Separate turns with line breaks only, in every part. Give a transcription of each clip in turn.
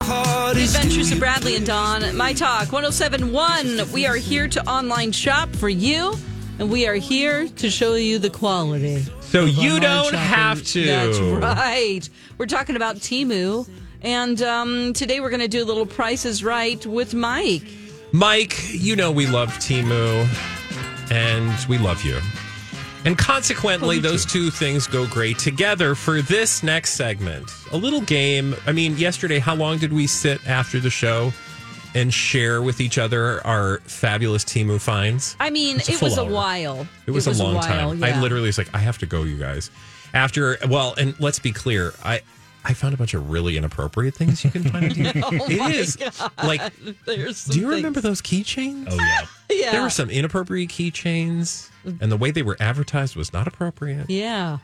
The Adventures of Bradley and Don, My Talk 1071. We are here to online shop for you, and we are here to show you the quality.
So you
online
don't
shopping.
have to.
That's right. We're talking about Timu, and um, today we're going to do a little prices right with Mike.
Mike, you know we love Timu and we love you. And consequently, those two things go great together for this next segment. A little game. I mean, yesterday, how long did we sit after the show and share with each other our fabulous Timu finds?
I mean,
It's a
it was
full
a
hour.
while.
It was, a long
while,
time.
yeah.
I literally was like, I have to go, you guys. After well, and let's be clear, I I found a bunch of really inappropriate things you can find. on TV. it is like,
There's some
do you
things-
remember those keychains? Oh yeah,
Yeah.
there were some inappropriate keychains, and the way they were advertised was not appropriate.
Yeah.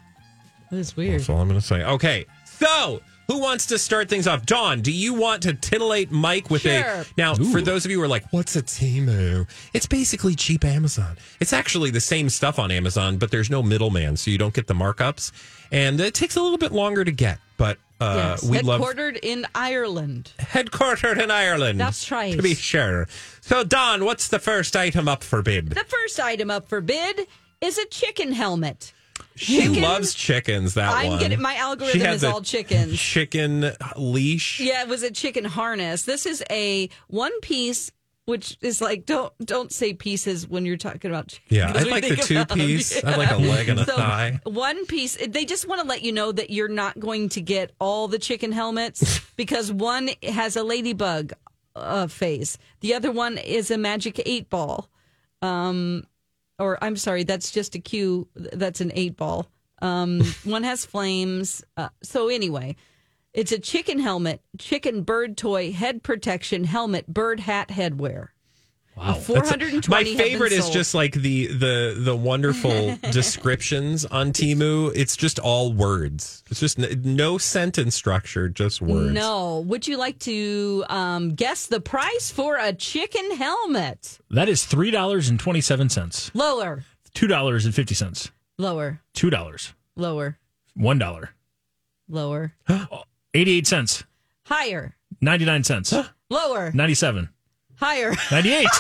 It was weird.
That's all I'm going to say. Okay, so who wants to start things off? Dawn, do you want to titillate Mike with
Sure.
a now? For those of you who are like, "What's a Timu?" It's basically cheap Amazon. It's actually the same stuff on Amazon, but there's no middleman, so you don't get the markups, and it takes a little bit longer to get. But uh,
Yes.
we love
Headquartered in Ireland.
headquartered in Ireland.
That's right.
to be sure. So, Don, what's the first item up for bid?
The first item up for bid is a chicken helmet.
She
Chicken?
loves chickens. That
I'm
one.
getting- my algorithm
has
is
a
all chickens.
Chicken leash.
Yeah, it was a chicken harness. This is a one piece, which is like don't don't say pieces when you're talking about chicken.
Yeah, I
Because we
like the
think
two
about-
piece. I like a leg and a
So,
thigh.
One piece. They just want to let you know that you're not going to get all the chicken helmets because one has a ladybug uh, face, the other one is a magic eight ball. Um, or I'm sorry, that's just a cue. That's an eight ball. Um, one has flames. Uh, so anyway, it's a chicken helmet, chicken bird toy, head protection helmet, bird hat headwear. Wow, four
That's-
hundred and
My
twenty.
favorite is just like the the the wonderful descriptions on Timu. It's just all words. It's just n- no sentence structure, just words.
No. Would you like to um, guess the price for a chicken helmet?
That is three dollars and twenty seven cents.
Lower,
Two dollars and fifty cents.
lower,
Two dollars.
lower,
One dollar.
lower,
Eighty eight cents.
higher,
Ninety nine cents.
lower,
Ninety seven.
higher.
Ninety eight.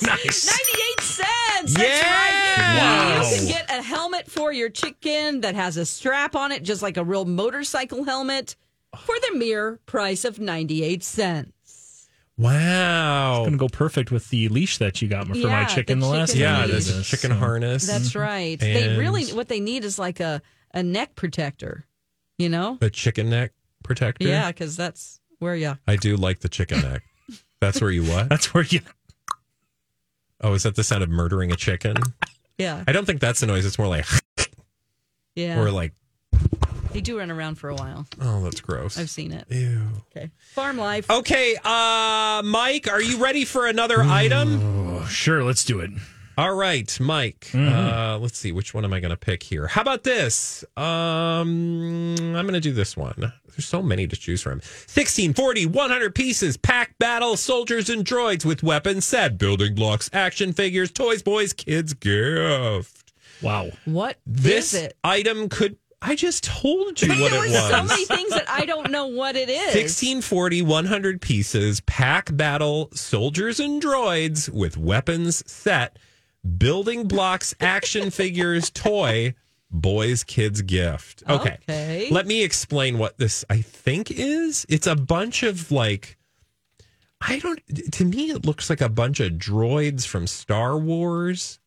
Ah, yes,
Nice.
98 cents. That's
Yeah.
right.
Wow.
You can get a helmet for your chicken that has a strap on it, just like a real motorcycle helmet, for the mere price of 98 cents.
Wow. Oh.
Gonna go perfect with the leash that you got for
Yeah,
my chicken
the
the, last
chicken
Yeah,
time.
leash.
there's a chicken harness.
That's right. they
Mm-hmm. And-
really, what they need is like a, a neck protector, you know?
a chicken neck protector.
Yeah, because that's where you
I do like the chicken neck. That's where you what?
That's where you.
Oh, is that the sound of murdering a chicken?
Yeah,
I don't think that's the noise. It's more like
yeah.
or like
they do run around for a while.
oh, that's gross.
I've seen it.
Ew.
Okay. Farm life.
Okay, uh Mike, are you ready for another item?
Oh, sure, let's do it.
All right, Mike. Uh, let's see, which one am I going to pick here? How about this? Um, I'm going to do this one. There's so many to choose from. 16, 40, 100 pieces, pack battle, soldiers and droids with weapons, set, building blocks, action figures, toys, boys, kids, gift.
Wow.
What is
This
it?
item could. I just told you
But
what
there
it
were
was.
so many things that I don't know what it is.
1640, 100 pieces, pack battle, soldiers and droids with weapons set, building blocks, action figures, toy, boys, kids gift. Okay.
Okay.
Let me explain what this I think is. It's a bunch of like, I don't, to me, it looks like a bunch of droids from Star Wars.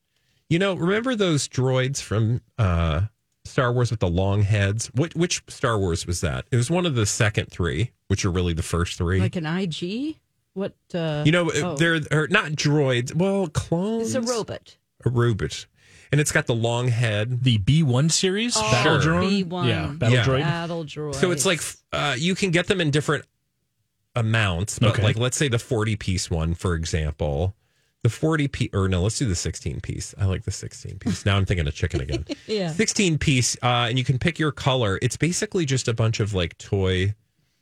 You know, remember those droids from uh, Star Wars with the long heads? What, which Star Wars was that? It was one of the second three. which are really the first three.
Like an IG? What? Uh,
you know,
oh.
they're, they're not droids. Well, clones.
It's a robot.
A robot. And it's got the long head.
The B one series,
Oh,
Battle
Sure.
Drone,
B1.
yeah, Battle
Yeah.
Droid.
Battle droid.
So it's like uh, you can get them in different amounts, but
Okay.
like let's say the 40 piece one, for example. The 40 piece, or no, let's do the 16 piece. I like the 16 piece. Now I'm thinking of chicken again.
Yeah.
16 piece, uh, and you can pick your color. It's basically just a bunch of like toy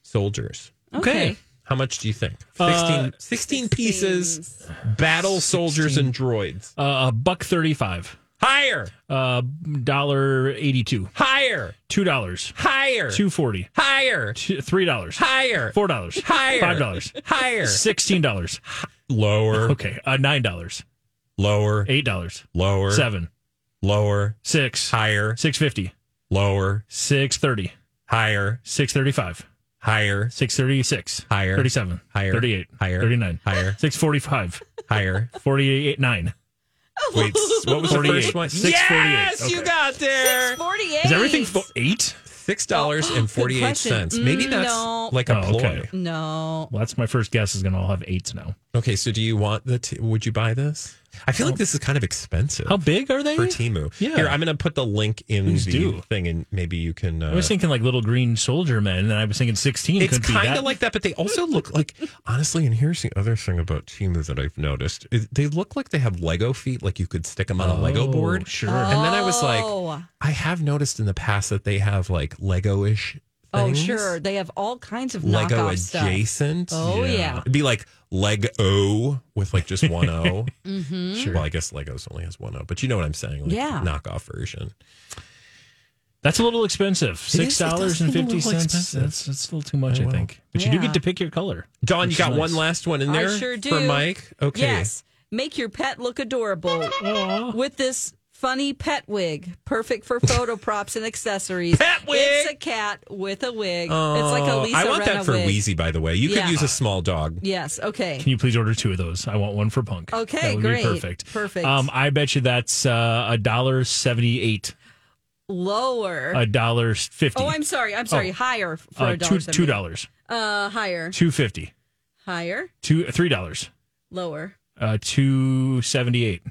soldiers.
Okay.
How much do you think? 16,
Uh,
16 pieces, battle soldiers, and droids.
Uh, a buck thirty five,
Higher,
uh, dollar eighty two,
higher,
two dollars,
higher,
two forty,
higher,
two- three dollars,
higher,
four dollars,
Higher.
five dollars,
higher,
sixteen dollars.
lower,
Okay, uh, nine dollars,
lower,
eight dollars,
lower,
seven,
lower,
six,
higher,
six fifty,
lower,
six thirty,
higher,
six thirty five,
higher,
six thirty six,
Higher.
thirty seven,
Higher.
thirty eight,
Higher.
thirty nine,
Higher.
six forty five,
higher.
forty eight nine.
Oh.
Wait, s- what was the
48.
first one?
648.
Yes, you
Okay.
got there.
48.
Is everything for eight?
Six dollars and forty eight cents. Maybe
Oh, Mm,
that's
no.
like a
Oh,
ploy.
okay.
Okay.
No.
Well, that's my first guess. Is going to all have eights now.
so do you want the? T- would you buy this? I feel like this is kind of expensive.
Oh. How big are they?
for Timu?
Yeah.
Here, I'm going to put the link in
Please
the
do.
thing, and maybe you can. Uh,
I was thinking like little green soldier men, and I was thinking sixteen
it's
could be
kind
that.
of like that, but they also look like honestly. And here's the other thing about Timu that I've noticed: is they look like they have Lego feet, like you could stick them on a Lego
Oh,
board.
Sure.
And then I was like,
Oh.
I have noticed in the past that they have like Lego-ish.
Oh,
things,
sure. They have all kinds of
Lego
knockoff stuff.
adjacent.
Oh,
Yeah.
yeah.
It'd be like Lego with like just one O.
Mm-hmm.
Sure.
Well, I guess Legos only has one O, but you know what I'm saying? Like
Yeah.
Knockoff version.
That's a little expensive.
It is.
Six
It does
dollars
seem
and
a little
fifty cents.
expensive.
That's that's a little too much,
Oh,
I,
well.
think. But you do
Yeah.
get to pick your color.
Dawn,
which
you
is
got
nice.
one last one in
I
there
sure
for
do.
Mike. Okay.
Yes. Make your pet look adorable with this funny pet wig, perfect for photo props and accessories.
Pet wig!
It's a cat with a wig. it's like a
Oh,
Lisa
I want
Renna
that for
wig.
Wheezy, by the way. You could
Yeah.
use a small dog.
Yes. Okay.
Can you please order two of those? I want one for Punk.
Okay,
that would
great.
Be perfect.
Perfect.
Um, I bet you that's uh, a dollar seventy-eight,
Lower.
a dollar fifty.
oh, I'm sorry. I'm sorry. Higher for
uh,
a dollar.
two two dollars,
Uh, higher.
two fifty,
Higher.
two three dollars,
Lower.
uh, two seventy-eight.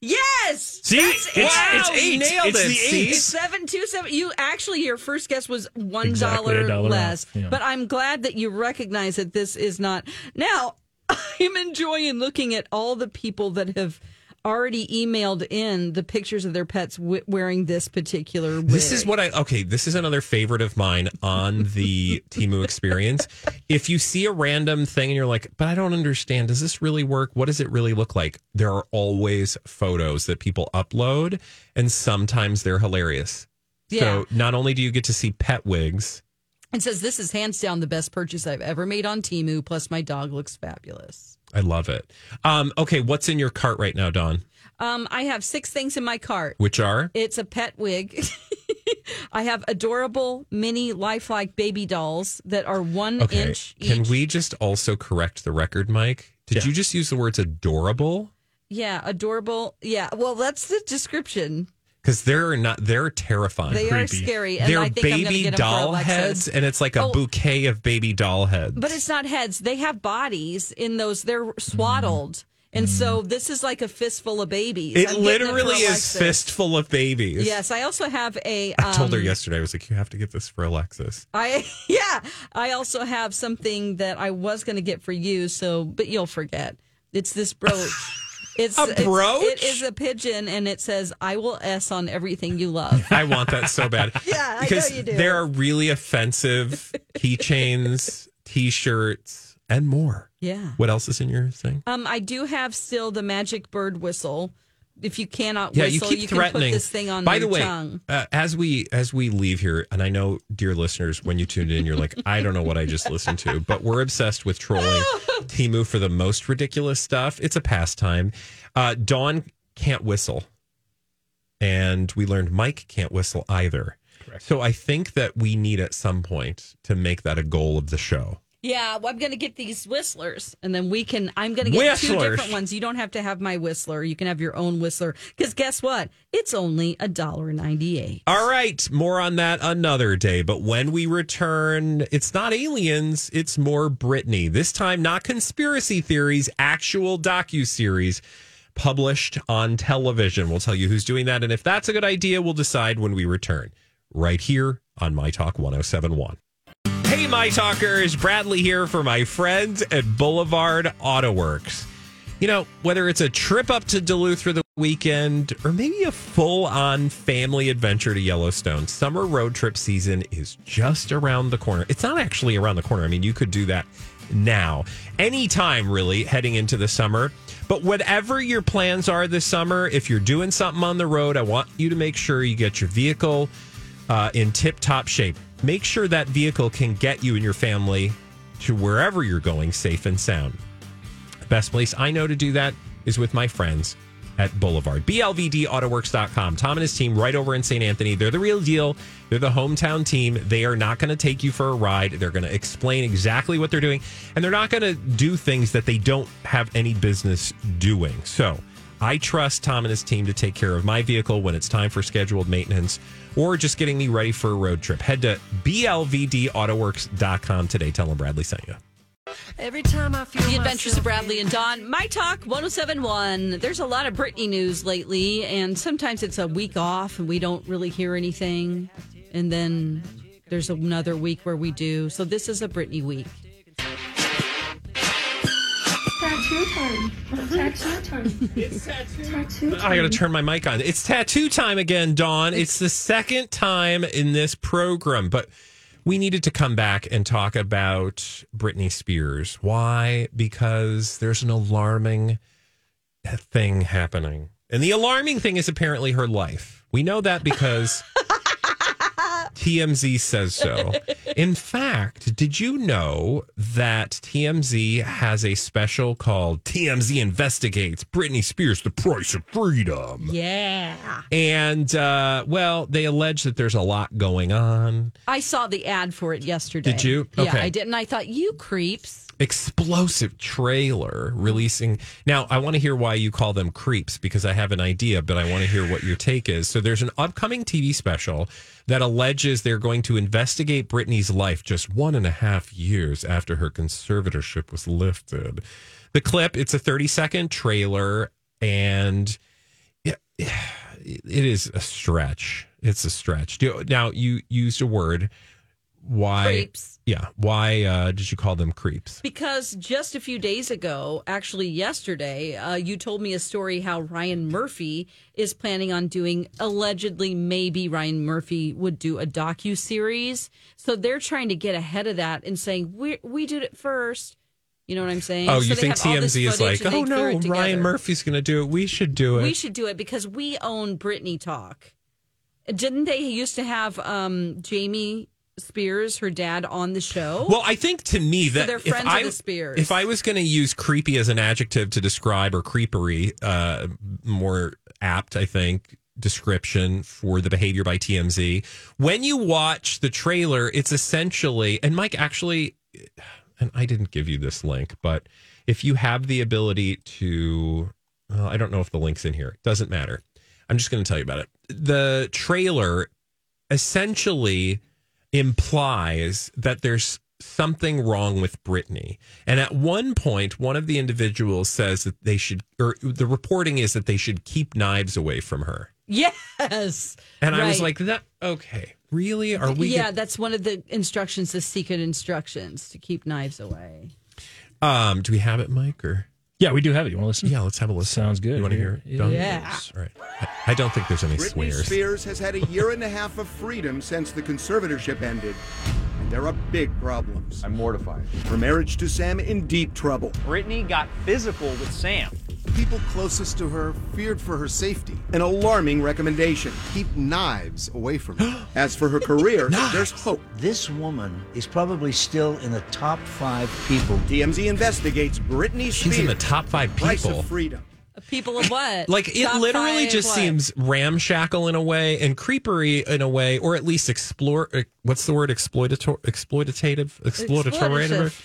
Yes.
See,
That's
it's,
it.
it's eight.
nailed
it's
it,
the
see?
eight.
Seven two seven. You actually, your first guess was one
Exactly,
dollar
a dollar
less.
off, yeah.
But I'm glad that you recognize that this is not. Now, I'm enjoying looking at all the people that have already emailed in the pictures of their pets w- wearing this particular wig.
This is what I okay. This is another favorite of mine on the Timu experience. If you see a random thing and you're like, but I don't understand, does this really work? What does it really look like? There are always photos that people upload, and sometimes they're hilarious.
Yeah.
So not only do you get to see pet wigs,
and says this is hands down the best purchase I've ever made on Timu. Plus, my dog looks fabulous.
I love it. Um, okay, what's in your cart right now, Don?
Um, I have six things in my cart.
Which are
It's a pet wig. I have adorable mini lifelike baby dolls that are one
okay?
inch each.
Can we just also correct the record, Mike? Did
Yeah.
you just use the words adorable?
Yeah, adorable. Yeah, well, that's the description.
Because they're not. They're terrifying.
They are
Creepy.
scary, and
They're
I think I'm going to
baby
get them
doll
for Alexis.
heads, and it's like a
Oh.
bouquet of baby doll heads.
But it's not heads. They have bodies in those. They're
Mm.
swaddled, and so this is like a fistful of babies.
it
I'm getting for
literally is
Alexis.
fistful of babies.
Yes, I also have a.
I told her
um,
yesterday. I was like, "You have to get this for Alexis."
I yeah. I also have something that I was going to get for you, so but you'll forget. It's this brooch. It's
A
it's-
brooch?
It is a pigeon, and it says "I will s on everything you love."
I want that so bad.
Yeah, I know
because
you do.
there are really offensive keychains, T-shirts, and more.
Yeah.
What else is in your thing?
Um, I do have still the magic bird whistle. If you cannot
Yeah, you
whistle,
keep threatening.
can put this thing on
By
your
the way,
tongue.
Uh, as we as we leave here, and I know, dear listeners, when you tuned in, you're like, I don't know what I just listened to, but we're obsessed with trolling Timu for the most ridiculous stuff. It's a pastime. Uh, Dawn can't whistle, and we learned Mike can't whistle either. So I think that we need at some point to make that a goal of the show.
Yeah, well, I'm going to get these whistlers, and then we can. I'm going to get two
Whistlers.
different ones. You don't have to have my whistler. You can have your own whistler. Because guess what? It's only a dollar ninety eight.
All right, more on that another day. But when we return, it's not aliens, it's more Britney. This time, not conspiracy theories, actual docu series published on television. We'll tell you who's doing that, and if that's a good idea, we'll decide when we return. Right here on My Talk 1071. Hey, my talkers, Bradley here for my friends at Boulevard Auto Works. You know, whether it's a trip up to Duluth for the weekend or maybe a full on family adventure to Yellowstone, summer road trip season is just around the corner. It's not actually around the corner. I mean, you could do that now, anytime really, heading into the summer. But whatever your plans are this summer, if you're doing something on the road, I want you to make sure you get your vehicle uh, in tip top shape. Make sure that vehicle can get you and your family to wherever you're going safe and sound. The best place I know to do that is with my friends at Boulevard. BLVDAutoworks.com. Tom and his team right over in St. Anthony. They're the real deal. They're the hometown team. They are not going to take you for a ride. They're going to explain exactly what they're doing, and they're not going to do things that they don't have any business doing. So, I trust Tom and his team to take care of my vehicle when it's time for scheduled maintenance or just getting me ready for a road trip. Head to blvdautoworks.com today. Tell them Bradley sent you.
Every time I feel
The Adventures of Bradley and Dawn, My Talk 1071. There's a lot of Britney news lately, and sometimes it's a week off and we don't really hear anything. And then there's another week where we do. So this is a Britney week.
Tattoo time. Tattoo time. Tattoo time.
I got to turn my mic on. It's tattoo time again, Dawn. It's the second time in this program, but we needed to come back and talk about Britney Spears. Why? Because there's an alarming thing happening. And the alarming thing is apparently her life. We know that because TMZ says so. In fact, did you know that TMZ has a special called TMZ Investigates Britney Spears, The Price of Freedom?
Yeah.
And uh, well, they allege that there's a lot going on.
I saw the ad for it yesterday.
Did you?
Yeah,
Okay.
I did. And I thought, you creeps.
Explosive trailer releasing. Now, I want to hear why you call them creeps because I have an idea, but I want to hear what your take is. So, there's an upcoming TV special that alleges they're going to investigate Britney's life just one and a half years after her conservatorship was lifted. The clip, it's a 30 second trailer, and it it is a stretch. It's a stretch. Do- Now, you used a word. Why?
Creeps.
Yeah. Why uh, did you call them creeps?
Because just a few days ago, actually yesterday, uh, you told me a story how Ryan Murphy is planning on doing allegedly maybe Ryan Murphy would do a docu series. So they're trying to get ahead of that and saying we we did it first. You know what I'm saying?
Oh,
So
you
they
think
have all this
TMZ is
footage
like,
and they
oh
threw
no,
it
Ryan
together.
Murphy's going to do it. We should do it.
We should do it because we own Britney Talk. Didn't they used to have um, Jamie Spears, her dad, on the show?
well, I think to me that
they're
if
friends of
I,
the Spears.
if I was going to use creepy as an adjective to describe or creepery, uh, more apt, I think, description for the behavior by TMZ. When you watch the trailer, it's essentially, and Mike actually, and I didn't give you this link, but if you have the ability to, well, I don't know if the link's in here. It doesn't matter. I'm just going to tell you about it. The trailer essentially implies that there's something wrong with Britney. And at one point, one of the individuals says that they should, or the reporting is that they should keep knives away from her.
yes.
And I was
Right.
like, that, okay, really? Are we?
yeah, that's one of the instructions, the secret instructions to keep knives away.
um, do we have it, Mike? Or
Yeah, we do have it. You want to listen?
yeah, let's have a listen.
Sounds good.
You want to hear? it?
Here
Done?
it
Yeah.
All right. I, I don't think there's any
Britney
swears.
Spears has had a year and a half of freedom since the conservatorship ended. And there are big problems.
I'm mortified.
Her marriage to Sam in deep trouble.
Brittany got physical with Sam.
People closest to her feared for her safety.
An alarming recommendation.
Keep knives away from her.
As for her career, there's hope.
This woman is probably still in the top five people.
DMZ investigates Britney Spears.
She's in the top five
Price
people.
of freedom.
People of what?
Like it
Top
literally
five
just
what?
seems ramshackle in a way and creepery in a way, or at least explore. eh, What's the word? Exploitative, exploitative, exploitative,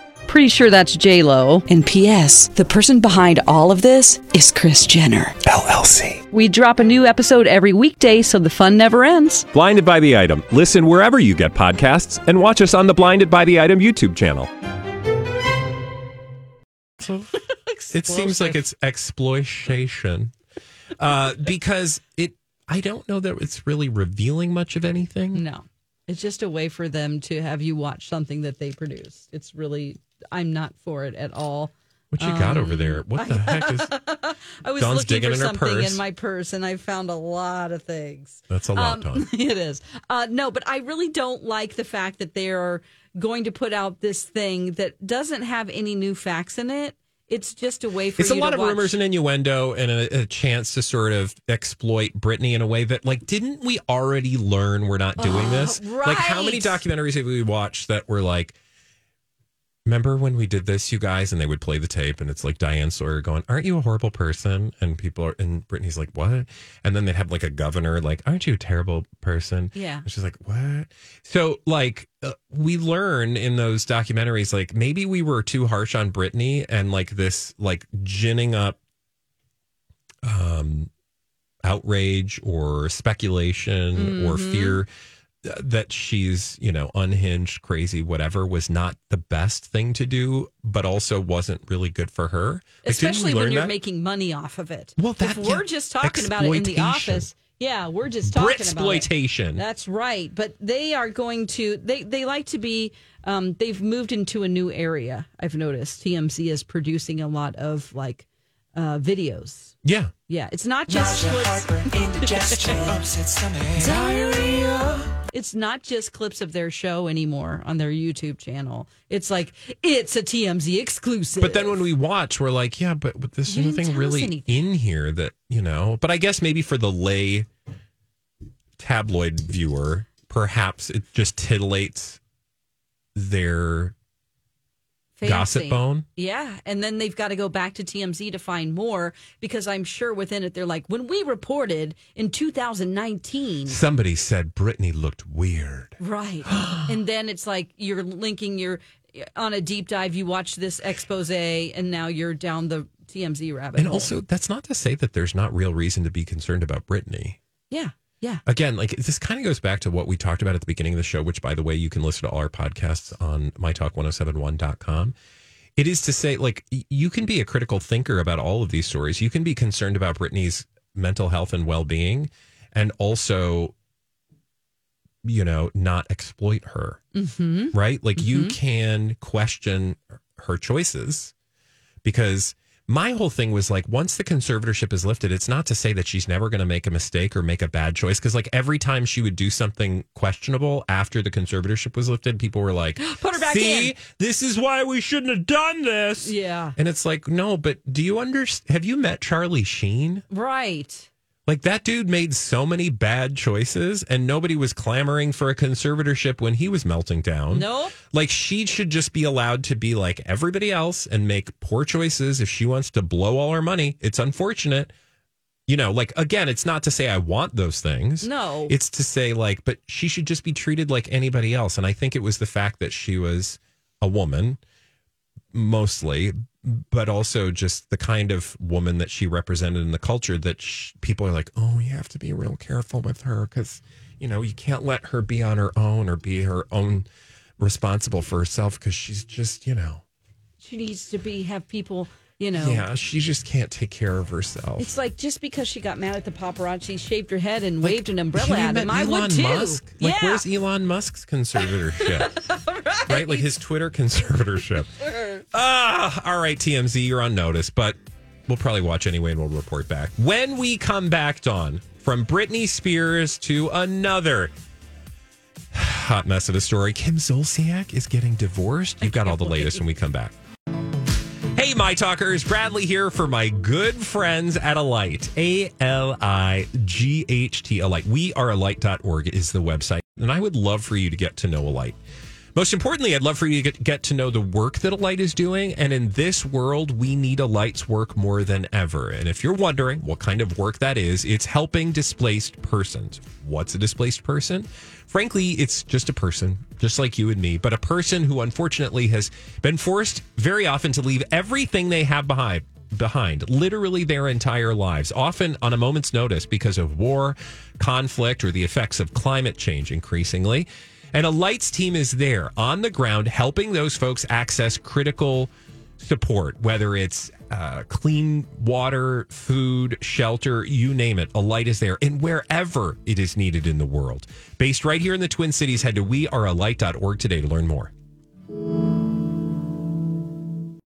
Pretty sure that's J Lo. And P.S. The person behind all of this is Chris Jenner
LLC.
We drop a new episode every weekday, so the fun never ends.
Blinded by the item. Listen wherever you get podcasts, and watch us on the Blinded by the Item YouTube channel. it seems like it's exploitation uh, because it i don't know that it's really revealing much of anything
No, it's just a way for them to have you watch something that they produced. It's really, I'm not for it at all.
what you got over there what the heck is
I was
Dawn's
looking
digging
for
in her
something
purse.
in my purse, and I found a lot of things.
That's a
Um,
lot, Dawn.
It is. Uh, no, but I really don't like the fact that they are going to put out this thing that doesn't have any new facts in it. It's just a way for
it's a
you
lot
to
of
watch.
rumors and innuendo and a, a chance to sort of exploit Britney in a way that, like, didn't we already learn we're not doing this? Like, how many
right.
documentaries have we watched that were like, remember when we did this, you guys? And they would play the tape, and it's like Diane Sawyer going, Aren't you a horrible person? And people are, and Britney's like, What? And then they'd have like a governor, like, Aren't you a terrible person?
Yeah.
And she's like, What? So, like, uh, we learn in those documentaries, like maybe we were too harsh on Britney, and like this, like ginning up, um, outrage or speculation or
Mm-hmm.
Mhm.
fear uh, that she's you know unhinged, crazy, whatever was not the best thing to do, but also wasn't really good for her. Like, didn't we
especially when
learn
you're
that?
making money off of it.
Well, that-
if we're
yeah,
just talking about it in the
exploitation.
office. Yeah, we're just talking about it.
Britsploitation.
That's right. But they are going to they they like to be um they've moved into a new area. I've noticed TMZ is producing a lot of like uh videos.
Yeah.
Yeah, it's not just
Nausea,
clips.
heartburn, indigestion, upset stomach, diarrhea.
It's not just clips of their show anymore on their YouTube channel. It's like it's a TMZ exclusive.
But then when we watch, we're like, yeah, but, but there's
You didn't
nothing
tell us
really
anything.
in here that, you know. But I guess maybe for the lay tabloid viewer, perhaps it just titillates their gossip
Fancy.
bone.
Yeah, and then they've got to go back to TMZ to find more because I'm sure within it they're like, when we reported in 2019,
Somebody said Britney looked weird.
right? and then it's like you're linking your on a deep dive. You watch this expose, and now you're down the TMZ rabbit.
And
hole.
also, that's not to say that there's not real reason to be concerned about Britney.
yeah, yeah,
Again, like this kind of goes back to what we talked about at the beginning of the show, which, by the way, you can listen to all our podcasts on mytalk1071.com. It is to say, like, y- you can be a critical thinker about all of these stories. You can be concerned about Brittany's mental health and well being, and also, you know, not exploit her,
Mm-hmm.
right? Like, you
Mhm.
can question her choices because my whole thing was like once the conservatorship is lifted it's not to say that she's never going to make a mistake or make a bad choice because like every time she would do something questionable after the conservatorship was lifted people were like
Put her back
see
in."
this is why we shouldn't have done this
yeah,
and it's like no but do you understand have you met charlie sheen
right.
like that dude made so many bad choices and nobody was clamoring for a conservatorship when he was melting down
Nope.
like she should just be allowed to be like everybody else and make poor choices if she wants to blow all her money it's unfortunate you know like again it's not to say i want those things
No.
it's to say like but she should just be treated like anybody else and i think it was the fact that she was a woman mostly but also just the kind of woman that she represented in the culture that sh people are like oh you have to be real careful with her because you know you can't let her be on her own or be her own responsible for herself because she's just you know
She needs to be have people, you know.
Yeah, she just can't take care of herself.
It's like just because she got mad at the paparazzi, shaved her head, and waved an umbrella
Have you
at
met
him, I
Elon
would too.
Musk? Like,
yeah.
where's Elon Musk's conservatorship? right. Like his Twitter conservatorship. Ah, all right, TMZ, you're on notice, but we'll probably watch anyway and we'll report back. When we come back, Dawn, from Britney Spears to another hot mess of a story, Kim Zolciak is getting divorced. You've got all the latest when we come back. Hey, my talkers, Bradley here for my good friends at Alight. A L I G H T, Alight. We are alight.org is the website. And I would love for you to get to know Alight. Most importantly, I'd love for you to get, get to know the work that Alight is doing. And in this world, we need Alight's work more than ever. And if you're wondering what kind of work that is, it's helping displaced persons. What's a displaced person? Frankly, it's just a person, just like you and me, but a person who unfortunately has been forced very often to leave everything they have behind behind literally their entire lives, often on a moment's notice because of war, conflict, or the effects of climate change increasingly. And a lights team is there on the ground helping those folks access critical support, whether it's uh, clean water, food, shelter, you name it. A light is there and wherever it is needed in the world. Based right here in the Twin Cities, head to wearealight.org today to learn more.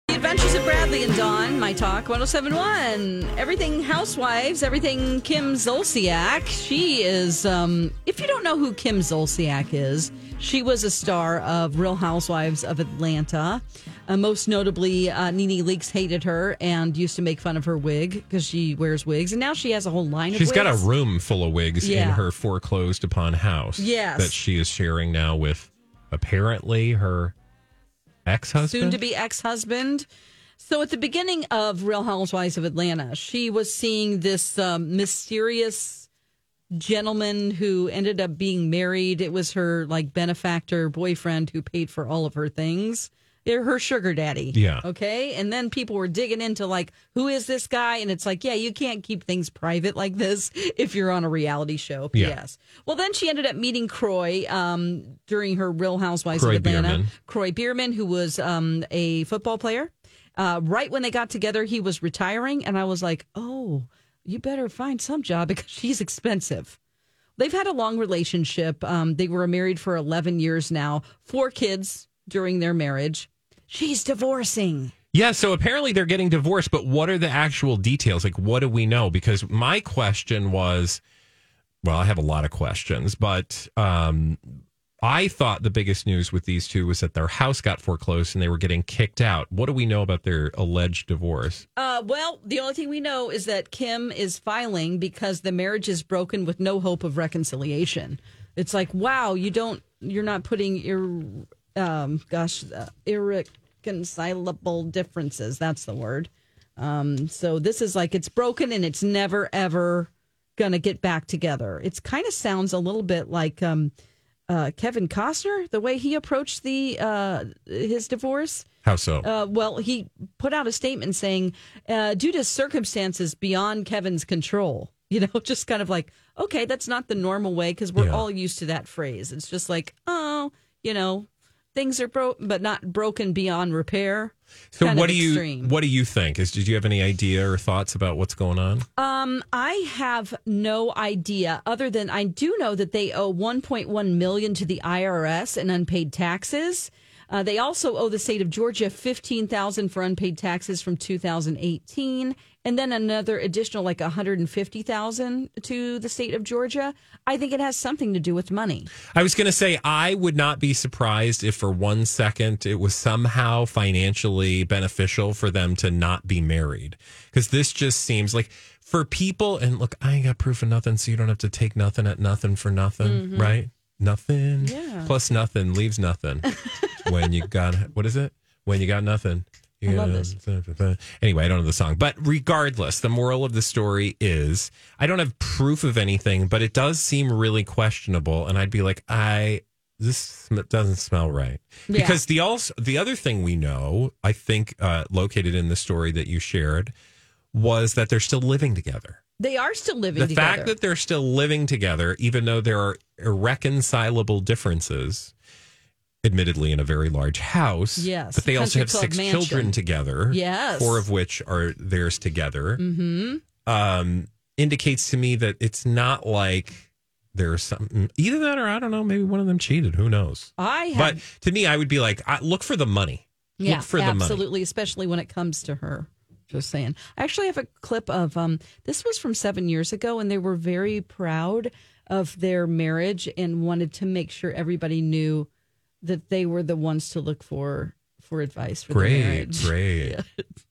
The Adventures of Bradley and Dawn, My Talk 1071. Everything Housewives, everything Kim Zolciak. She is, um, if you don't know who Kim Zolciak is, she was a star of Real Housewives of Atlanta. Uh, most notably, uh, Nene Leakes hated her and used to make fun of her wig because she wears wigs. And now she has a whole line
She's
of
got a
wigs.
room full of wigs in
Yeah.
her foreclosed upon house.
Yes.
That she is sharing now with apparently her ex husband.
soon to be ex husband. So at the beginning of Real Housewives of Atlanta, she was seeing this um, mysterious gentleman who ended up being married. It was her like benefactor boyfriend who paid for all of her things. They're her sugar daddy.
Yeah.
Okay. And then people were digging into like, who is this guy? And it's like, yeah, you can't keep things private like this if you're on a reality show.
Yeah.
Yes. Well, then she ended up meeting Croy um, during her Real Housewives
Croy
of Atlanta.
Bierman.
Croy Bierman, who was um, a football player. Uh, right when they got together, he was retiring, and I was like, "Oh, you better find some job because she's expensive." They've had a long relationship. Um, they were married for eleven years now, four kids during their marriage. She's divorcing.
Yeah, so apparently they're getting divorced, but what are the actual details? Like, what do we know? Because my question was well, I have a lot of questions, but um, I thought the biggest news with these two was that their house got foreclosed and they were getting kicked out. What do we know about their alleged divorce?
Uh, well, the only thing we know is that Kim is filing because the marriage is broken with no hope of reconciliation. It's like, wow, you don't, you're not putting ir, um, gosh, uh, irreconcilable differences. That's the word. Um, so this is like it's broken and it's never ever gonna get back together. It's kind of sounds a little bit like um, uh, Kevin Costner, the way he approached the uh, his divorce.
How so?
Uh, well, he put out a statement saying, uh, due to circumstances beyond Kevin's control, you know, just kind of like, okay, that's not the normal way because we're
Yeah.
all used to that phrase. It's just like, oh, you know, things are broken, but not broken beyond repair.
so,
Kind
what
of
do you
extreme.
what do you think? Is did you have any idea or thoughts about what's going on?
Um, I have no idea other than I do know that they owe 1.1 million to the IRS in unpaid taxes. Uh, they also owe the state of Georgia 15,000 for unpaid taxes from 2018 and then another additional like 150,000 to the state of Georgia. I think it has something to do with money.
I was going to say I would not be surprised if for one second it was somehow financially beneficial for them to not be married because this just seems like for people and look I ain't got proof of nothing so you don't have to take nothing at nothing for nothing
Mm-hmm.
Mhm.
right nothing
Yeah.
plus nothing leaves nothing when you got what is it when you got nothing you
I love
got- Anyway, I don't know the song, but regardless, the moral of the story is I don't have proof of anything, but it does seem really questionable, and I'd be like, I this sm- doesn't smell right
Yeah.
because the also the other thing we know, I think, uh, located in the story that you shared, was that they're still living together.
They are still living
The
together.
fact that they're still living together, even though there are irreconcilable differences, admittedly in a very large house.
Yes,
But they also
country
have
club
six
mansion.
children together.
Yes.
Four of which are theirs together.
Mm-hmm.
Um, indicates to me that it's not like there's something either that or I don't know, maybe one of them cheated. Who knows?
I have,
But to me, I would be like, I, look for the money.
yeah,
look for the money.
absolutely, especially when it comes to her. Just saying. I actually have a clip of um. This was from seven years ago, and they were very proud of their marriage and wanted to make sure everybody knew that they were the ones to look for for advice for their
Great,
marriage.
great.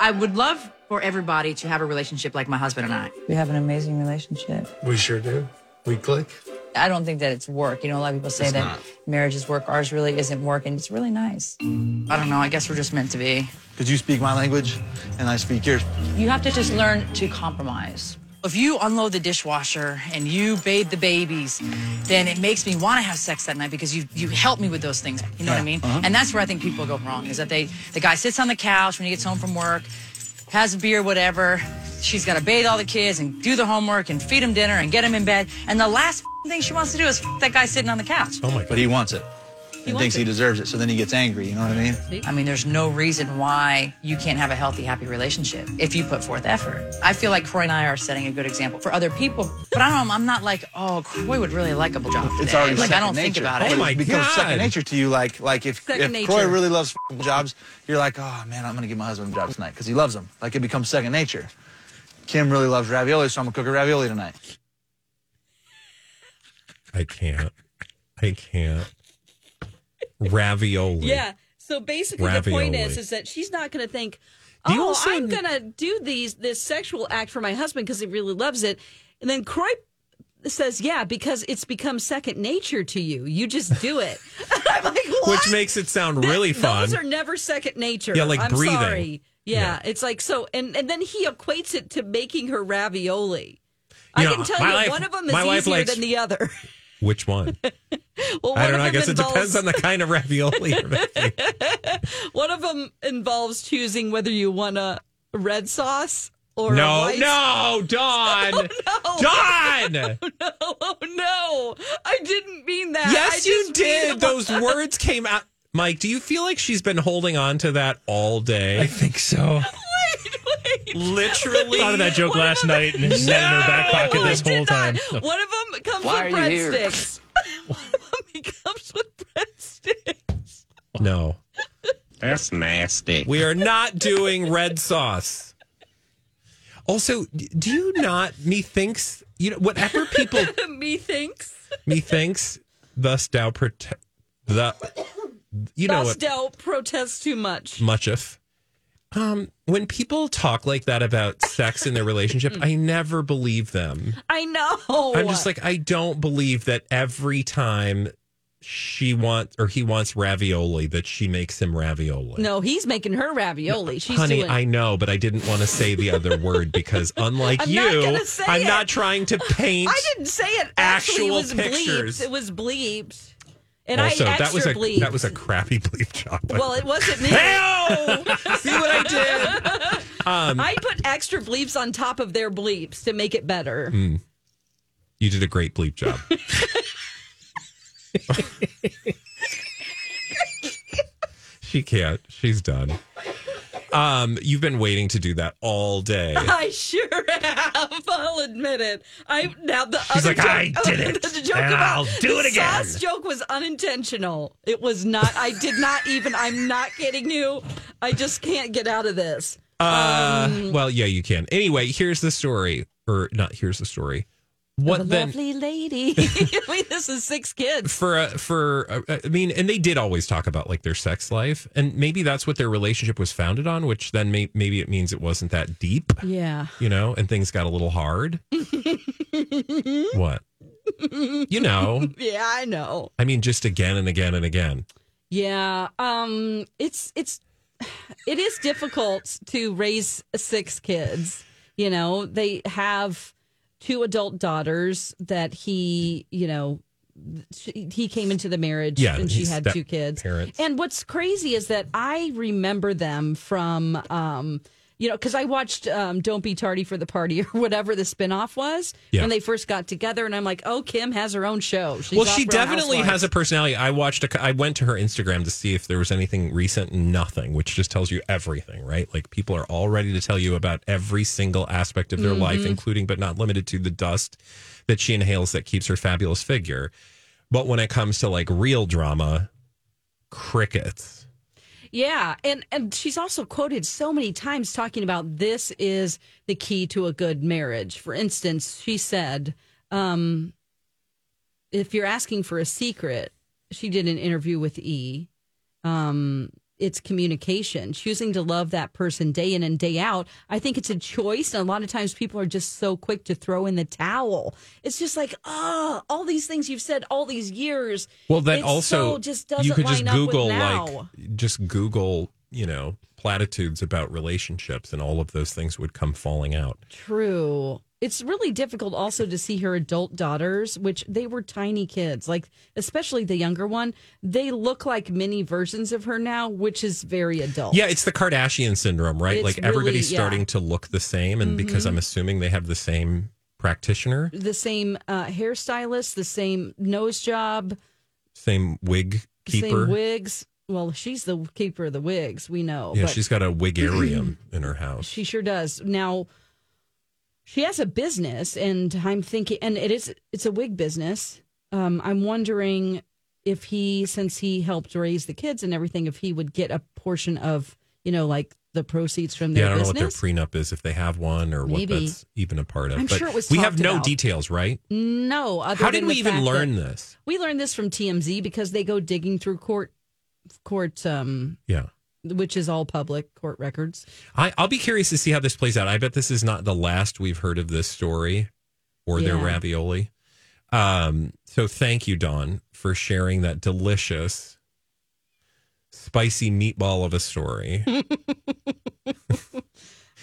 I would love for everybody to have a relationship like my husband and I.
We have an amazing relationship.
We sure do. We click.
I don't think that it's work. You know, a lot of people say
It's
that
not.
marriage is work. Ours really isn't work, and it's really nice.
I don't know, I guess we're just meant to be.
Because you speak my language and I speak yours.
You have to just learn to compromise. If you unload the dishwasher and you bathe the babies, then it makes me want to have sex that night because you you help me with those things. You know what I mean?
Uh-huh.
And that's where I think people go wrong is that they the guy sits on the couch when he gets home from work, has a beer, whatever. She's got to bathe all the kids and do the homework and feed them dinner and get them in bed. And the last thing she wants to do is that guy sitting on the couch.
Oh my But he wants it. He
wants
thinks he
it.
deserves it, so then he gets angry, you know what I mean?
I mean, there's no reason why you can't have a healthy, happy relationship if you put forth effort. I feel like Croy and I are setting a good example for other people, but I don't. I'm not like, oh, Croy would really like a job.
It's
today."
already
like I
second
don't think
nature. Oh
about
But
it.
it becomes second nature to you. Like like if
Second
if Croy
nature.
really loves f***ing jobs, you're like, oh man, I'm gonna give my husband a job tonight because he loves them. Like it becomes second nature. Kim really loves ravioli, so I'm gonna cook a ravioli tonight.
I can't. I can't. Ravioli.
Yeah. So basically, the point
Ravioli.
is, is that she's not going to think,
Do you
"Oh,
also-
I'm going to do these this sexual act for my husband because he really loves it," and then Croy says, "Yeah, because it's become second nature to you. You just do it." I'm like, what?
Which makes it sound really fun.
Those are never second nature.
Yeah, like
I'm
breathing.
Sorry. Yeah, it's like so, and and then he equates it to making her ravioli. I
You know,
can tell
my
you,
life-
one of them
my
is
life
easier
likes-
than the other.
Which one?
Well,
I
one
don't
of
know. I
them
guess it
involves-
depends on the kind of ravioli. you're making.
One of them involves choosing whether you want a red sauce or a
no,
white Oh,
no, Dawn. Dawn.
no, oh, no! I didn't mean that. I
Yes, you
just mean-
did. Those words came out. Mike, do you feel like she's been holding on to that all day? I think so. Literally.
Thought of that joke last night and it's sat in her back pocket this whole time.
One of them comes
Why
with
are you here?
breadsticks.
No.
That's nasty.
We are not doing red sauce. Also, do you not methinks you know whatever people
Methinks.
methinks thus thou protect the you know
Thus
what
thou protest too much.
much if um when people talk like that about sex in their relationship, I never believe them.
I know.
I'm just like I don't believe that every time she wants or he wants ravioli that she makes him ravioli.
No, he's making her ravioli. She's
Honey,
doing.
I know, but I didn't want to say the other word because, unlike
I'm
you,
not gonna say
I'm
it.
not trying to paint.
I didn't say it. Actually, it
actual
was
pictures.
bleeped. It was bleeped. And
also,
I extra
that was a
bleeped.
that was a crappy bleep job.
well, it wasn't me.
See what I did? Um,
I put extra bleeps on top of their bleeps to make it better.
mm. you did a great bleep job. she can't. She's done. Um, you've been waiting to do that all day.
I sure have. I'll admit it. I now the
She's
other
like,
joke,
"I did it,
The joke
and
about
I'll do it
the
again."
Sauce joke was unintentional. It was not. I did not even. I'm not kidding you. I just can't get out of this.
Uh, well, yeah, you can. Anyway, here's the story, or not? Here's the story. What
the
then?
lovely lady. I mean, this is six kids.
for uh, for uh, I mean, and they did always talk about like their sex life, and maybe that's what their relationship was founded on. Which then may, maybe it means it wasn't that deep,
Yeah.
you know, and things got a little hard. what? You know.
Yeah, I know.
I mean, just again and again and again.
Yeah. Um it's it's it is difficult to raise six kids. You know, they have two adult daughters that he, you know, she, he came into the marriage
Yeah,
and she
he's
had
that
two kids.
parents.
And what's crazy is that I remember them from um you know, because I watched um, Don't Be Tardy for the Party or whatever the spinoff was
Yeah.
when they first got together, and I'm like, oh, Kim has her own show. She's
well,
off
she
Real
definitely
Housewives.
has a personality. I watched. A, I went to her Instagram to see if there was anything recent. Nothing, which just tells you everything, right? Like people are all ready to tell you about every single aspect of their life,
Mhm.
including but not limited to the dust that she inhales that keeps her fabulous figure. But when it comes to like real drama, crickets.
Yeah, and and she's also quoted so many times talking about this is the key to a good marriage. For instance, she said, um, "If you're asking for a secret," she did an interview with E. Um, it's communication, choosing to love that person day in and day out. I think it's a choice, and a lot of times people are just so quick to throw in the towel. It's just like, oh, all these things you've said all these years.
Well, then
it's
also
so just doesn't
you could just
line up with
Google
now.
like just Google, you know, platitudes about relationships, and all of those things would come falling out.
True. It's really difficult also to see her adult daughters, which they were tiny kids, like especially the younger one. They look like mini versions of her now, which is very adult.
Yeah, it's the Kardashian syndrome, right?
Oh.
like
It's really-
everybody's
yeah.
starting to look the same, and because
Mhm.
I'm assuming they have the same practitioner,
the same uh, hairstylist, the same nose job,
same wig keeper.
same wigs. Well, she's the keeper of the wigs, we know.
yeah,
but-
she's got a wigarium in her house.
She sure does. Now, she has a business, and I'm thinking, and it is it's a wig business. Um, I'm wondering if he, since he helped raise the kids and everything, if he would get a portion of you know like the proceeds from
Yeah, I
their
don't know what
business.
their prenup is if they have one or
Maybe.
what that's even a part of.
I'm
but
sure it was
we have
talked
no
about.
details, right?
no, other
How
than
did we
the
even
fact
learn
that-
this?
We learned this from TMZ because they go digging through court court um
Yeah.
which is all public court records.
I, I'll be curious to see how this plays out. I bet this is not the last we've heard of this story or their
Yeah.
ravioli. Um, so thank you, Don, for sharing that delicious, spicy meatball of a story.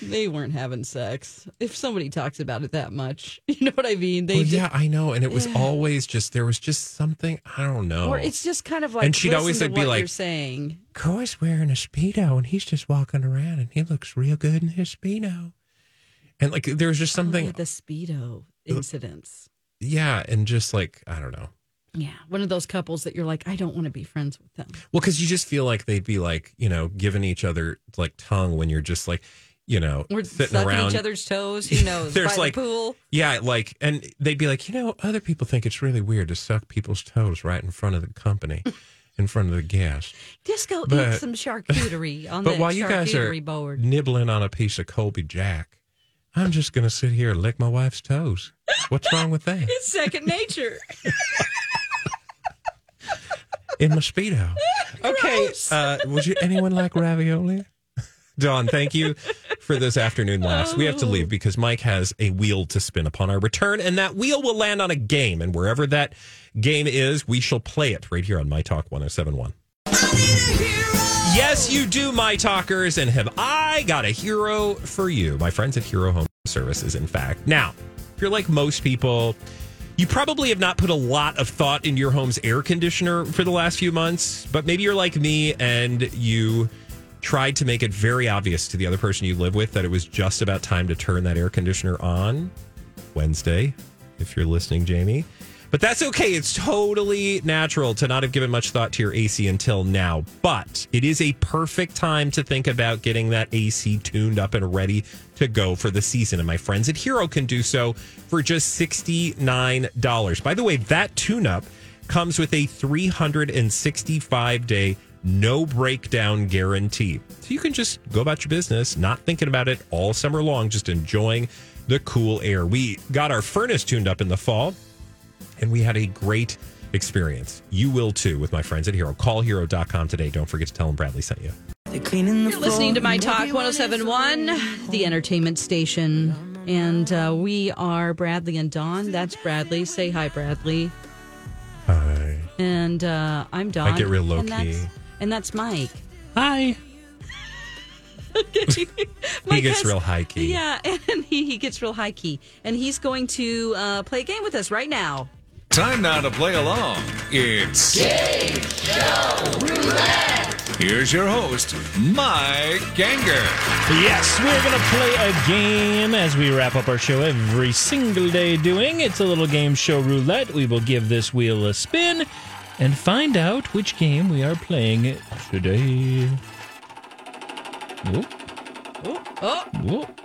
They weren't having sex. If somebody talks about it that much, you know what I mean? They
Well,
just-
yeah, I know. And it was always just, there was just something, I don't know.
Or it's just kind of like
Oh. And she'd
listen
always,
to
like, be
what
like,
you're saying.
Coy's wearing a Speedo and he's just walking around and he looks real good in his Speedo. And like, there was just something, Uh,
Yeah, Oh, the speedo incidents.
yeah. And just like, I don't know.
Yeah, one of those couples that you're like, I don't want to be friends with them.
Well, because you just feel like they'd be like, you know, giving each other like tongue when you're just like, you know,
We're
sitting
sucking
around.
each other's toes. Who knows?
There's
by
like-
the pool.
yeah, like, and they'd be like, you know, other people think it's really weird to suck people's toes right in front of the company, in front of the guest.
Just go
But-
eat some charcuterie on
But
that
while you guys are
charcuterie board.
nibbling on a piece of Colby Jack, I'm just going to sit here and lick my wife's toes. What's wrong with that?
It's second nature.
In my Speedo. Okay. Uh, would you anyone like ravioli? Don, thank you for those afternoon laughs. We have to leave because Mike has a wheel to spin upon our return, and that wheel will land on a game. And wherever that game is, we shall play it right here on My Talk 1071. Yes, you do, my talkers. And have I got a hero for you? My friends at Hero Home Services, in fact. Now, if you're like most people, you probably have not put a lot of thought into your home's air conditioner for the last few months, but maybe you're like me and you tried to make it very obvious to the other person you live with that it was just about time to turn that air conditioner on Wednesday, if you're listening, Jamie. But that's okay. It's totally natural to not have given much thought to your AC until now. But it is a perfect time to think about getting that AC tuned up and ready to go for the season. And my friends at Hero can do so for just $69. By the way, that tune up comes with a 365 day no breakdown guarantee. So you can just go about your business, not thinking about it all summer long, just enjoying the cool air. We got our furnace tuned up in the fall and we had a great experience. You will too with my friends at Hero. Call hero.com today. Don't forget to tell them Bradley sent you.
You're listening to My Talk 1071, the entertainment station. And uh, we are Bradley and Dawn. That's Bradley. Say hi, Bradley.
Hi.
And uh, I'm Dawn.
I get real low
and that's-
key.
And that's Mike.
Hi.
he gets real high key.
Yeah, and he, he gets real high key. And he's going to uh, play a game with us right now.
Time now to play along. It's
Game Show Roulette.
Here's your host, Mike Ganger.
Yes, we're going to play a game as we wrap up our show every single day doing. It's a little game show roulette. We will give this wheel a spin and find out which game we are playing today. Oh,
Oh, oh,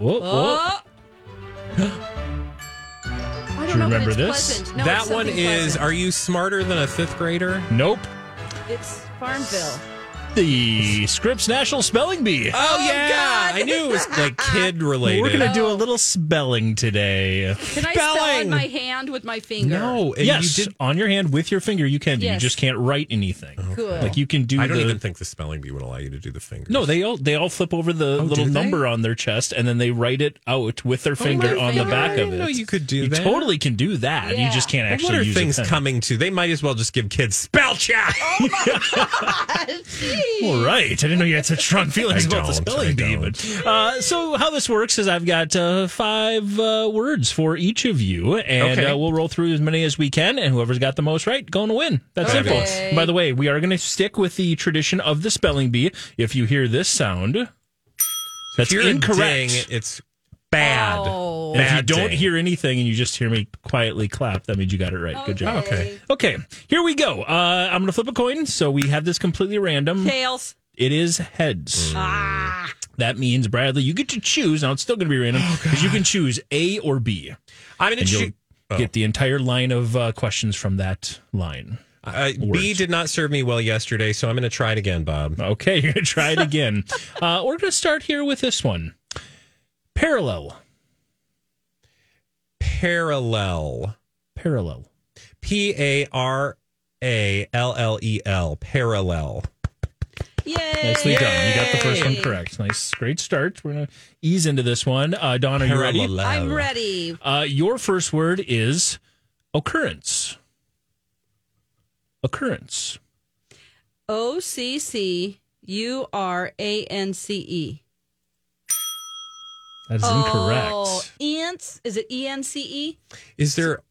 oh, oh, oh.
I
Do you remember this?
Pleasant. No,
that
it's
one
something
is
pleasant.
Are You Smarter Than a Fifth Grader?
Nope.
It's Farmville.
The Scripps National Spelling Bee.
Oh, yeah. I knew it was like kid related.
We're going to do a little spelling today.
Can I spell on my hand with my finger?
No, and
yes,
you did.
Uh, on your hand with your finger, you can. do.
Yes.
You just can't write anything.
Cool.
Like you can do.
I don't
the,
even think the spelling bee would allow you to do the fingers.
No, they all they all flip over the
Oh,
little
do they? Oh,
number on their chest, and then they write it out with their finger on the back of it.
No, you could do
You
that.
totally can do that. You just can't
But
actually
what are
use
things
a pen.
coming to? They might as well just give kids spell check.
Oh.
All right, I didn't know you had such strong feelings
I
about the
don't,
spelling
I
bee. But, uh, so how this works is I've got uh, five uh, words for each of you, and
Okay.
uh, we'll roll through as many as we can, and whoever's got the most right going to win. That's
Okay.
simple. By the way, we are going to stick with the tradition of the spelling bee. If you hear this sound, that's
if you're a
incorrect.
ding, it's bad.
Oh.
And if you
Bad
don't
ding.
hear anything and you just hear me quietly clap, that means you got it right. Good job.
Okay.
Okay, here we go. Uh, I'm going to flip a coin. So we have this completely random.
Tails.
It is heads.
Ah.
That means, Bradley, you get to choose. Now, it's still going to be random because you can choose A or B.
I'm going
And
to
you'll
shoot. Oh.
get the entire line of uh, questions from that line.
Uh, B
words.
did not serve me well yesterday, so I'm going to try it again, Bob.
Okay, you're going to try it again. uh, we're going to start here with this one parallel.
Parallel.
Parallel.
P A R A L L E L. Parallel.
Yay.
Nicely done. You got the first one
Yay.
correct. Nice. Great start. We're going to ease into this one. Uh, Don, are you ready?
Parallel.
I'm ready.
Uh, your first word is occurrence. Occurrence.
O C C U R A N C E.
That is
Oh,
incorrect.
ants. Is it E N C E?
Is there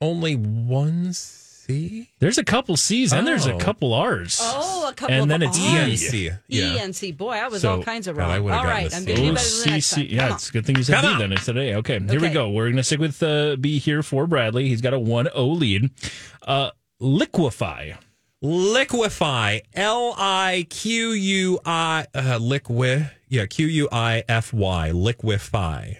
only one C?
There's a couple C's and there's a
Oh.
couple R's.
Oh, a couple
And
of
then it's
R's.
E.
C.
E
Yeah.
N C. Boy, I was
So-
all kinds of
God,
wrong.
I
all
would've gotten
right,
the
I'm
C. E,
going to do better than the next
OCC.
time.
Oh, Yeah,
Come
it's a good thing you said
Come
B
on.
then instead of A. Okay, here we
Okay.
go. We're going to stick with uh, B here for Bradley. He's got a 1 0 lead. Uh, liquefy.
Liquefy. L I Q U I. Uh, liqui. Yeah, Q U I F Y. Liquefy.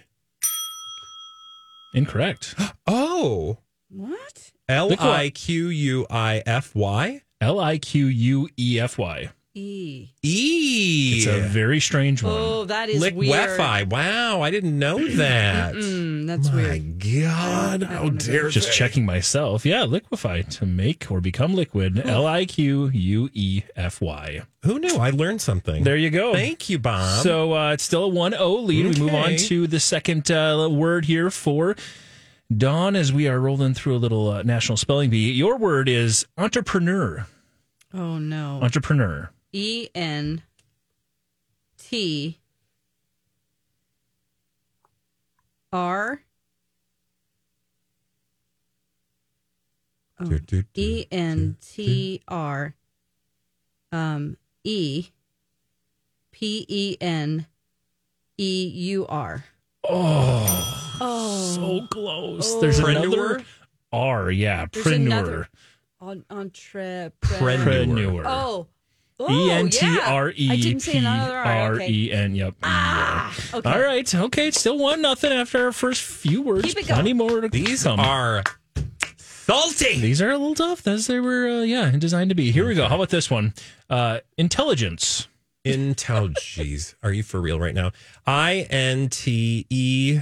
Incorrect.
Oh.
on. What?
L I Q U I F Y?
L I Q U E F Y.
E.
E.
It's a very strange one.
Oh, that is
Lick
weird.
Wi-Fi. Wow, I didn't know that.
Mm, that's
My
weird.
God, how dare
Just
they.
checking myself. Yeah, liquefy to make or become liquid. L I Q U E F Y.
Who knew? I learned something.
There you go.
Thank you, Bob.
So uh, it's still a 1 0 lead. We move on
Um, Okay.
to the second uh, word here for Dawn as we are rolling through a little uh, national spelling bee. Your word is entrepreneur.
Oh, no.
Entrepreneur.
E N T R
Do, do, do,
E N T R um E P E N E U R.
Oh,
Oh,
so close. There's
Preneur?
another R. Yeah,
There's
preneur.
another- on entrepreneur.
Preneur.
Oh.
E
Oh,
N T
yeah.
R
I
E
didn't say
P
another R.
R
Okay.
E N. Yep.
Ah, okay.
All right. Okay. it's Still one nothing after our first few words.
Keep it
Plenty more to
These
come.
are salty.
These are a little tough as they were. Uh, yeah, designed to be. Here we go. How about this one? Uh, intelligence.
Intel. Jeez, are you for real right now? I N T E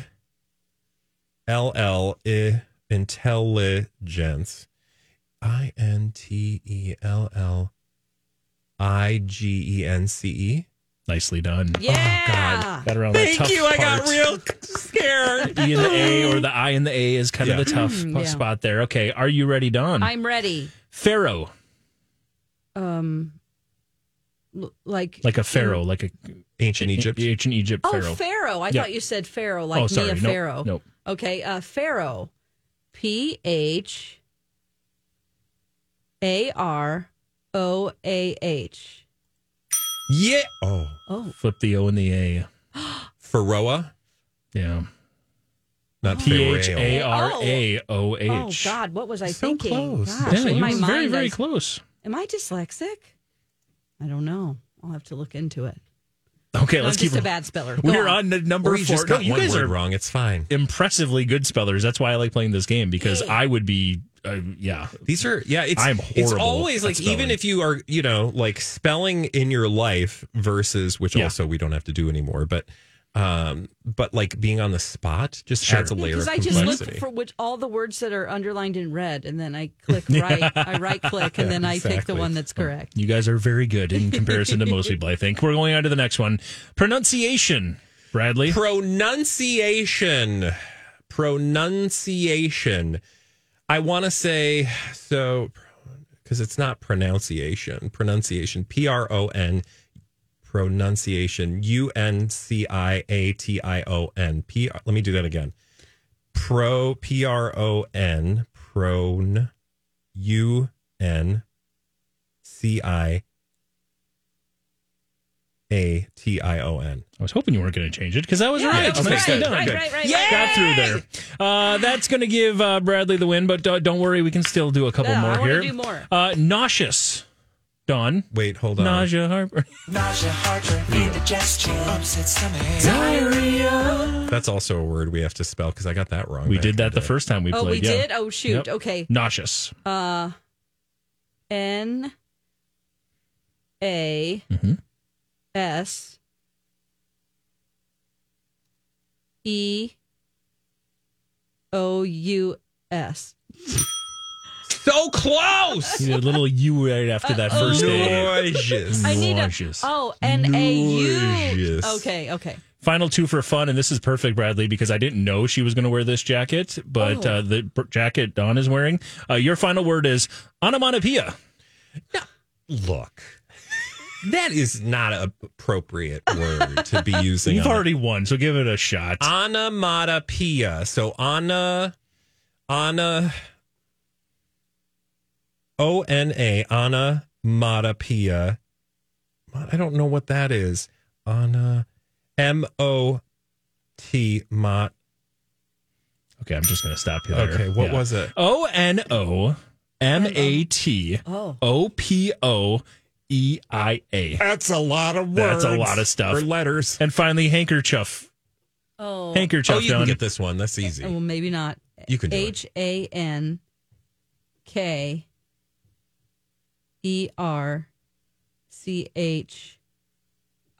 L L I intelligence. I N T E L L I G E N C E.
Nicely done. Oh,
Yeah.
Got around that
Thank
tough
you. I got
part.
real scared.
E and the A or the I and the A is kind
Yeah.
of the tough
Mm, yeah.
spot there. Okay. Are you ready, Don?
I'm ready.
pharaoh,
Um l- like
like a pharaoh, like a
Ancient Egypt.
ancient Egypt
Oh,
pharaoh.
Pharaoh. I
Yeah.
thought you said Pharaoh, like
oh, sorry.
Mia
Nope.
Pharaoh.
Nope.
Okay, uh, Pharaoh. P H A R O A H.
Yeah. Oh.
Oh.
Flip the O and the A.
Faroa?
Yeah.
Not
P H A R A O H.
Oh God, what was I thinking?
close.
Gosh,
Yeah,
in
you
my
were very,
mind,
very
I-
close.
Am I dyslexic? I don't know. I'll have to look into it.
Okay,
I'm
let's
just
keep
a bad speller. Go
We're on the number
Or
four.
you just
No,
got
you
one
guys
word
are
wrong. It's fine.
impressively good spellers. That's why I like playing this game because I would be, uh, yeah.
These are yeah. It's
I'm horrible
It's always
at
like
spelling.
even if you are you know like spelling in your life versus which
Yeah.
also we don't have to do anymore, but um but like being on the spot just
Sure.
adds a layer
Because
of
I just look
complexity.
for which all the words that are underlined in red, and then I click right. I right click, and then I pick the
Exactly.
one that's correct.
You guys are very good in comparison to most people, I think. We're going on to the next one. Pronunciation, Bradley.
pronunciation, pronunciation. I want to say so because it's not pronunciation. Pronunciation. P R O N. Pronunciation. U N C I A T I O N. P. Let me do that again. Pro P R O N prone U N C I A T I O N.
I was hoping you weren't going to change it because I was
Yeah,
right.
that was
Nicely
right,
done.
right, right, right,
Yay! Got through there. Uh, that's going to give uh, Bradley the win, but uh, don't worry, we can still do a couple
No, I
more
wanna
here.
do more.
Uh, nauseous, Don.
Wait, hold on.
Nausea, Harper.
Nausea, heartburn, indigestion, upset stomach, diarrhea.
That's also a word we have to spell because I got that wrong.
We
back
did
in
that the
day.
first time we
oh,
played.
we
yeah.
did. Oh shoot.
Yep.
Okay.
Nauseous.
Uh, N A S E O U S.
So close.
You did a little U right after that first A.
Gorgeous.
I need a
Nauseous.
oh N A U.
Nauseous.
Okay, okay.
Final two for fun, and this is perfect, Bradley, because I didn't know she was going to wear this jacket, but
Oh.
uh, the b- jacket Don is wearing. Uh, your final word is onomatopoeia.
Look, that is not an appropriate word to be using.
You've
on a-
already won, so give it a shot.
Uh.
onomatopoeia. So ana, ana, o n a onomatopoeia. I don't know what that is. Ana, m o t mot.
Okay, I'm just going to stop you there.
Okay, what
Yeah.
was it?
O N O M A T
Oh.
O P O E I A.
That's a lot of words.
That's a lot of stuff.
Or letters.
And finally, handkerchief.
Oh.
Handkerchief,
oh, you
Don.
can get this one. That's
Oh,
easy.
Well, maybe not.
You can do it.
H A N K E R C H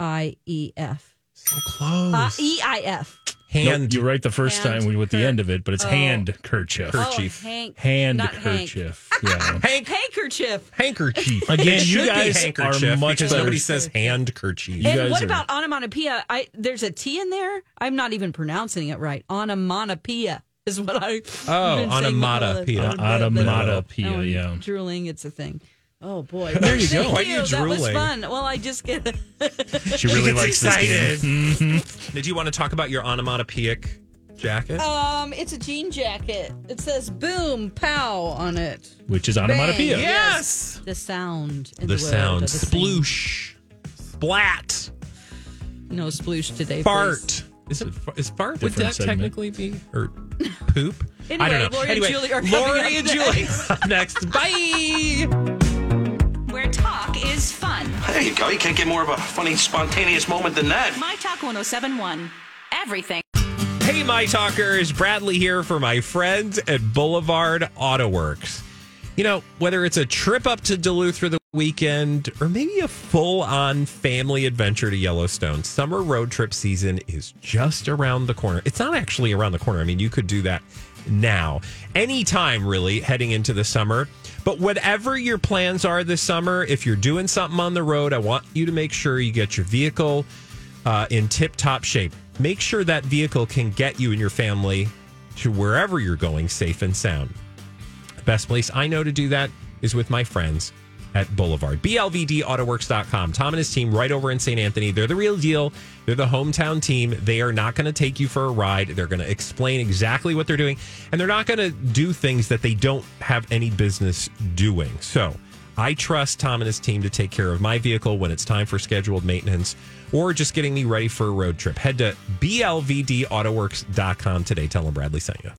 I E F.
So close.
Uh, E I F.
hand.
Nope, you're right the first
Hand
time with the
ker-
end of it, but it's
Oh.
handkerchief.
Oh, Hank. not
Handkerchief. Yeah.
Hank
Handkerchief.
handkerchief.
Again,
It
you
should be
guys
handkerchief
are much
because
better.
nobody says handkerchief.
You guys
and what
are-
about onomatopoeia? I there's a T in there. I'm not even pronouncing it right. Onomatopoeia is what I.
Oh,
been saying the whole-
onomatopoeia.
the- the- the-
Onomatopoeia,
now I'm
yeah.
oh, Drooling, it's a thing. Oh boy.
There you
Thank
go. Why
are you
That was
drooling?
fun. Well, I just get.
She really likes this game.
Did you want to talk about your onomatopoeic jacket?
Um, it's a jean jacket. It says "boom pow" on it.
Which is onomatopoeia.
Bang.
yes.
The sound. In
The
the,
sound.
World of the
Sploosh. Splat.
sing- No sploosh today. please.
Fart. Is it is fart? Would
Different
that
segment.
technically be or poop? I
Anyway,
don't know.
Lori and
anyway,
Julie are coming up
Lori and Julie
next.
up next. Bye.
Where talk is fun.
There you go. You can't get more of a funny, spontaneous moment than that.
My Talk 1071. Everything.
Hey, my talkers, Bradley here for my friends at Boulevard Auto Works. You know, whether it's a trip up to Duluth for the weekend or maybe a full on family adventure to Yellowstone, summer road trip season is just around the corner. It's not actually around the corner. I mean, you could do that now, anytime really, heading into the summer. But whatever your plans are this summer, if you're doing something on the road, I want you to make sure you get your vehicle uh, in tip top shape. Make sure that vehicle can get you and your family to wherever you're going safe and sound. The best place I know to do that is with my friends at Boulevard. BLVDAutoworks.com. Tom and his team right over in St. Anthony. They're the real deal. They're the hometown team. They are not going to take you for a ride. They're going to explain exactly what they're doing, and they're not going to do things that they don't have any business doing. So, I trust Tom and his team to take care of my vehicle when it's time for scheduled maintenance or just getting me ready for a road trip. Head to blvdautoworks.com today. Tell them Bradley sent you.